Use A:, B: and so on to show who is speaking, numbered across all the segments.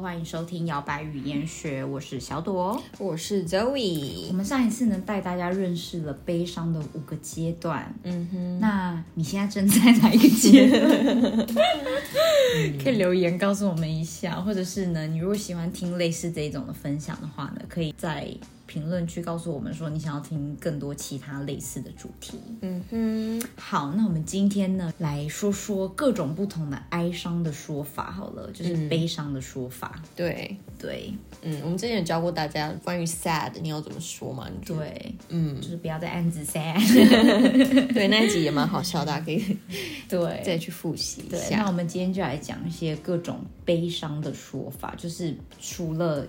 A: 欢迎收听《摇摆语言学》，我是小朵。
B: 我是
A: 我
B: Zoe。
A: 们上一次呢，带大家认识了悲伤的五个阶段。
B: 嗯哼，
A: 那你现在正在哪一个阶段？ 可以留言告诉我们一下，或者是呢，你如果喜欢听类似这一种的分享的话呢，可以在评论区告诉我们说你想要听更多其他类似的主题。
B: 嗯哼，
A: 好，那我们今天呢，来说说各种不同的哀伤的说法好了，就是悲伤的说法。
B: 对，
A: 对
B: 嗯，我们之前有教过大家关于 sad，你要怎么说嘛？你觉得，
A: 对，
B: 嗯
A: 就，是不要再暗自 sad。
B: 对，那一集也蛮好笑，啊大家可 以
A: 对，
B: 再去复习一
A: 对，那
B: 下。
A: 我们今天就来讲一些各种悲伤的说法，就是除了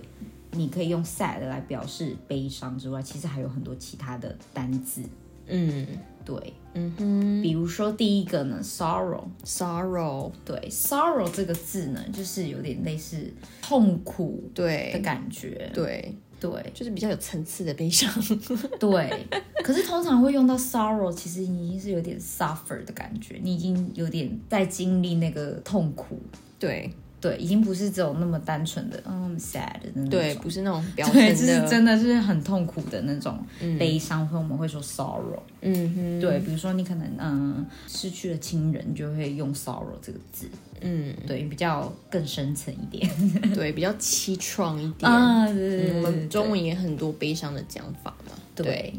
A: 你可以用 sad 来表示悲伤之外，其实还有很多其他的单字。
B: 嗯
A: 对，
B: 嗯哼
A: 比如说第一个呢，sorrow。
B: ，sorrow，
A: 对，sorrow 这个字呢，就是有点类似痛苦的
B: 对
A: 感觉。
B: 对，
A: 对
B: 就是比较有层次的悲伤。
A: 对，可是通常会用到 sorrow，其实你已经是有点 suffer 的感觉，你已经有点在经历那个痛苦。
B: 对
A: 对，已经不是只有那么单纯的嗯 sad 的那种。
B: 对，不是那种表层
A: 对，这是
B: 的。
A: 真的嗯是很痛苦的那种悲伤，或、我们会说 sorrow。
B: 嗯哼，
A: 对，比如说你可能嗯失去了亲人，就会用 sorrow 这个字，
B: 嗯，
A: 对，比较更深层一点。
B: 对，比较凄怆一 点。
A: 啊，对对对
B: 嗯我们
A: 对，
B: 中文也很多悲伤的讲法嘛。
A: 对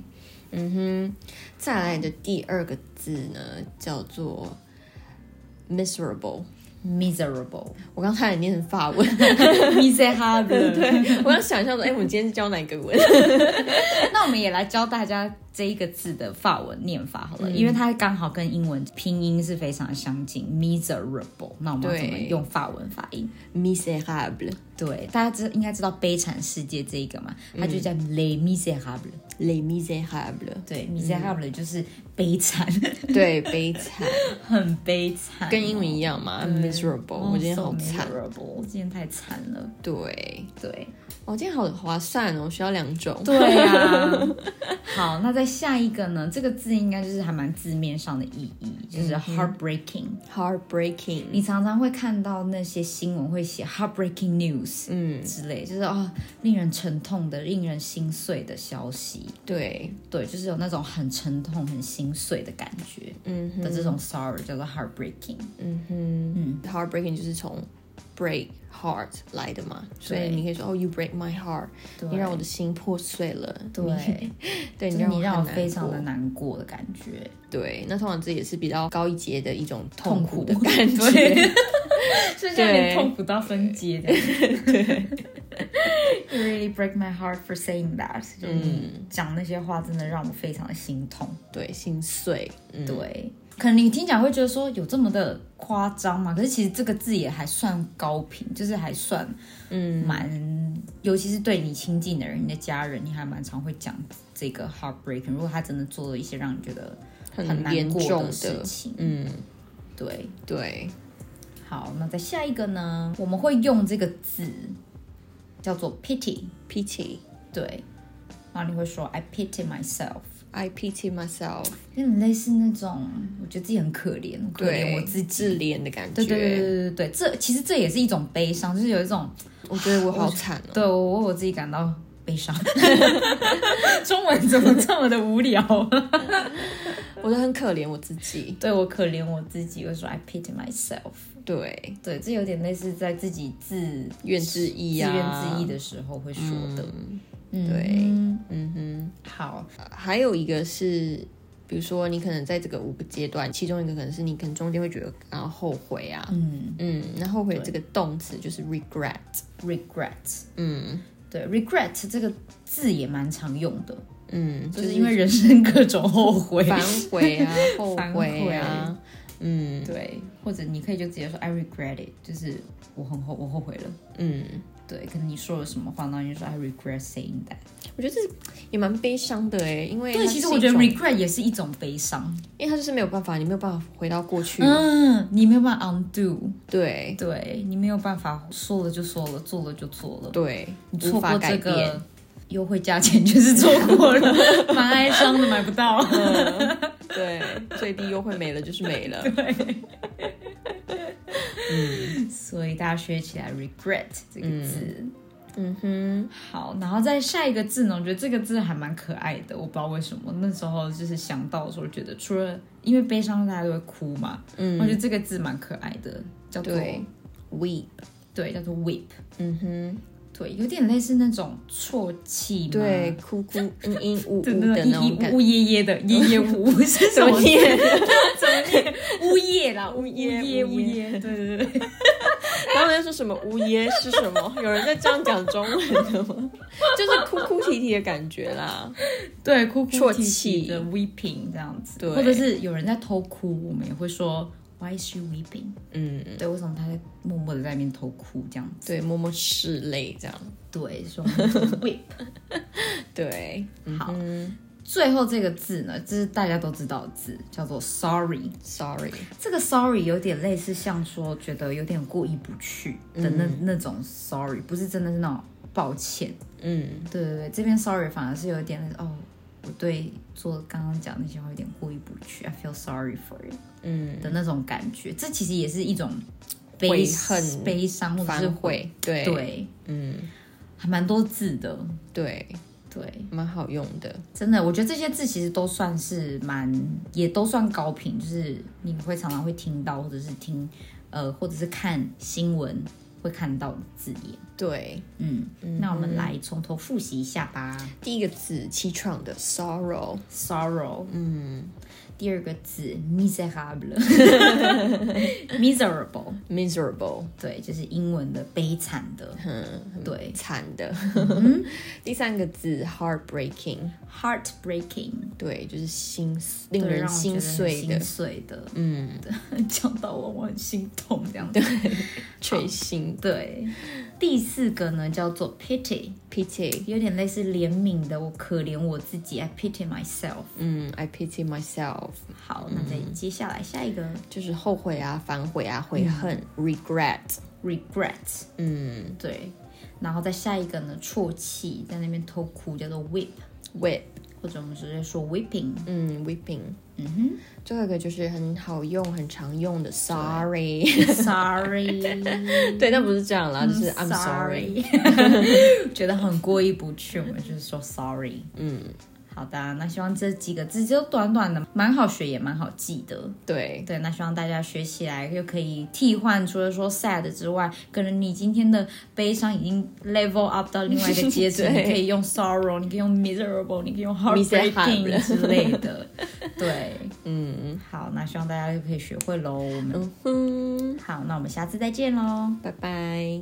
B: 嗯哼，再来的第二个字呢，叫做 miserable。
A: miserable，
B: 我刚差点念成法文，
A: miserable。
B: 我刚想象说，哎、我们今天是教哪个文？
A: 那我们也来教大家这一个字的法文念法好了，因为它刚好跟英文拼音是非常相近，miserable。那我们要怎么
B: 对
A: 用法文发音？
B: miserable,
A: 对，大家知应该知道《悲惨世界》这一个嘛，
B: 嗯
A: 它就叫 Les Misérables、
B: les misérables，
A: 对，Misérables 就是悲惨，
B: 对，悲惨，
A: 很悲惨，
B: 跟英文一样嘛，miserable。
A: 哦
B: 我今天好惨
A: so，miserable，今天太惨了。
B: 对，
A: 对，
B: 我、今天好划算哦，需要两种。
A: 对啊。 好，那在下一个呢？这个字应该就是还蛮字面上的意义，就是
B: 嗯
A: heartbreaking。
B: heartbreaking，
A: 你常常会看到那些新闻会写 heartbreaking news，嗯，之类，就是哦，令人沉痛的、令人心碎的消息。
B: 对，
A: 对，就是有那种很沉痛、很心碎的感觉
B: 嗯
A: 的这种 sorrow 叫做 heartbreaking。
B: 嗯哼，嗯，heartbreaking 就是从 break heart 来的嘛，所以你可以说哦、y o u break my heart，
A: 对
B: 你让我的心破碎了，
A: 对，
B: 对，
A: 就
B: 你
A: 是
B: 让我
A: 你 让我
B: 很难
A: 非常的
B: 过
A: 难过的感 觉，
B: 对，那通常这也是比较高一阶的一种痛苦的
A: 痛苦
B: 感
A: 对
B: 觉，
A: 就
B: 像你痛
A: 苦到分解的。You really break my heart for saying that。就是
B: 嗯
A: 你讲那些话，真的让我非常的心痛。
B: 对，心碎，嗯，
A: 对，可能你听起来会觉得说有这么的夸张嘛？可是其实这个字也还算高频，就是还算嗯蛮，尤其是对你亲近的人，你的家人，你还蛮常会讲这个 heartbreaking。如果他真的做了一些让你觉得很
B: 很
A: 难
B: 严
A: 过
B: 重
A: 事
B: 的，
A: 情，
B: 嗯，
A: 对。
B: 对，
A: 好，那在下一个呢，我们会用这个字叫做 pity，
B: pity。
A: 对，然后你会说 I pity myself。
B: I pity myself，
A: 有点类似那种，我觉得自己很可怜，我可
B: 对
A: 怜我自己，
B: 自怜的感觉，
A: 对对对对对对，这其实这也是一种悲伤，就是有一种
B: 我觉得我好惨哦。
A: 对我为我自己感到悲伤。 中文怎么这么的无聊？
B: 我都很可怜我自己。
A: 对我可怜我自己，我说 I pity myself。
B: 对，
A: 对，这有点类似在自己自
B: 怨自艾
A: 自
B: 呀、
A: 怨自艾的时候会说的。嗯，
B: 对
A: 嗯
B: 嗯哼。
A: 好，
B: 还有一个是，比如说你可能在这个五个阶段，其中一个可能是你可能中间会觉得然后后悔啊，
A: 嗯
B: 嗯，那后悔这个动词就是 regret，
A: ，regret，
B: 嗯
A: 对，regret 这个字也蛮常用的，
B: 嗯，
A: 就是因为人生各种后悔。
B: 反 悔啊，后
A: 反
B: 悔啊，嗯
A: 对，或者你可以就直接说 I regret it，就是我很后我后悔了。
B: 嗯，
A: 对，可能你说了什么话，然后你就说 I regret saying that。
B: 我觉得这也蛮悲伤的哎，因为
A: 对，
B: 它
A: 其实
B: 是
A: 我
B: 一
A: 觉得
B: 种
A: regret 也是一种悲伤。
B: 因为它就是没有办法，你没有办法回到过去，
A: 嗯，你没有办法 undo，
B: 对
A: 对你没有办法说了就说了，做了就做了，
B: 对，
A: 你
B: 无
A: 错
B: 法
A: 过
B: 改
A: 这
B: 变
A: 个。优惠价钱就是错过 了，蛮哀伤的，买不到。
B: 嗯 对，最低优惠没了就是没了。
A: 所以大家学起来 regret 这个字。
B: 嗯哼，
A: 好，然后再下一个字呢，我觉得这个字还蛮可爱的，我不知道为什么那时候就是想到的时候，觉得除了因为悲伤大家都会哭嘛，
B: 嗯
A: 我觉得这个字蛮可爱的，叫做
B: 对，we，
A: 对叫做 weep，
B: 嗯哼，
A: 对，有点类似那种啜泣吗，
B: 对，哭哭嘤嘤 呜呜
A: 对，那
B: 的那
A: 种
B: 种
A: 咿咿
B: 感
A: 呜
B: 觉，
A: 呜咽咽 的，咽咽呜呜是什么？
B: 念？
A: 怎么念？呜咽啦，呜
B: 咽
A: 咽，
B: 呜
A: 呜
B: 咽
A: 咽，对对对，
B: 他们说什么呜咽是什 么？有人在这样讲中文的吗？ 就是哭哭啼啼的感觉啦。
A: 对，哭
B: 啜
A: 哭啼啼
B: 泣
A: 的 weeping 这样子，
B: 对
A: 或者是有人在偷哭，我们也会说 Why is she weeping？
B: 嗯，
A: 对，为什么他在默默的在那边偷哭这样子？
B: 对，默默拭泪这样。
A: 对，说 weep。
B: 对，
A: 好
B: 嗯
A: 最后这个字呢，这是大家都知道的字，叫做 sorry。
B: ，sorry，
A: 这个 sorry 有点类似像说觉得有点过意不去的那、那种 sorry，不是真的是那种抱歉。
B: 嗯
A: 对对对，这边 sorry 反而是有一点哦，我对做刚刚讲那些话有点过意不去，I feel sorry for it
B: 嗯，
A: 的那种感觉。这其实也是一种悲
B: 悔恨
A: 悲伤或者是
B: 反悔，对，
A: 对，
B: 嗯，
A: 还蛮多字的。
B: 对，
A: 对，
B: 蛮好用的。
A: 真的，我觉得这些字其实都算是蛮，也都算高频，就是你会常常会听到，或者是听，呃，或者是看新闻会看到的字眼。
B: 对，
A: 嗯，那我们来从头复习一下吧。
B: 第一个字凄怆的 sorrow，
A: Sorrow，
B: 嗯
A: 第二个字 miserable，miserable，
B: ，miserable，
A: 对，就是英文的悲惨的，
B: 嗯，
A: 对
B: 惨的。 第三个字 heartbreaking，
A: ，heartbreaking，
B: 对，就是心令
A: 对
B: 人
A: 让我觉
B: 心
A: 得很
B: 碎的
A: 心，碎的，
B: 嗯，
A: 讲到我我很心痛这样子。
B: 坠心
A: 对，第四个呢叫做 pity，
B: pity，
A: 有点类似怜悯的，我可怜我自己，I pity myself。
B: 嗯，I pity myself，
A: 好，那再接下来下一个
B: 就是后悔啊、反悔啊、悔恨、regret，
A: regret，
B: 嗯
A: 对，然后再下一个呢啜泣，在那边偷哭，叫做 weep，
B: ，whip，
A: 或者我们直接说 weeping。
B: 嗯，weeping。
A: 嗯哼
B: 最后一个就是很好用、很常用的 sorry，
A: ，sorry，
B: 对，但不是这样啦，就是 I'm sorry。
A: 嗯 sorry，觉 得很过意不去，我们就是说 sorry。
B: 嗯，
A: 好的，那希望这几个字就短短的，蛮好学，也蛮好记的。
B: 对，
A: 对，那希望大家学起来又可以替换，除了说 sad 之外，可能你今天的悲伤已经 level up 到另外一个 阶层，
B: 对
A: 你可以用 sorrow，你可以用 miserable，你可以用 heartbreaking
B: Miserable
A: 之类 的。对，
B: 嗯
A: 好，那希望大家就可以学会喽。我们
B: 嗯哼，
A: 好，那我们下次再见喽。
B: 拜拜。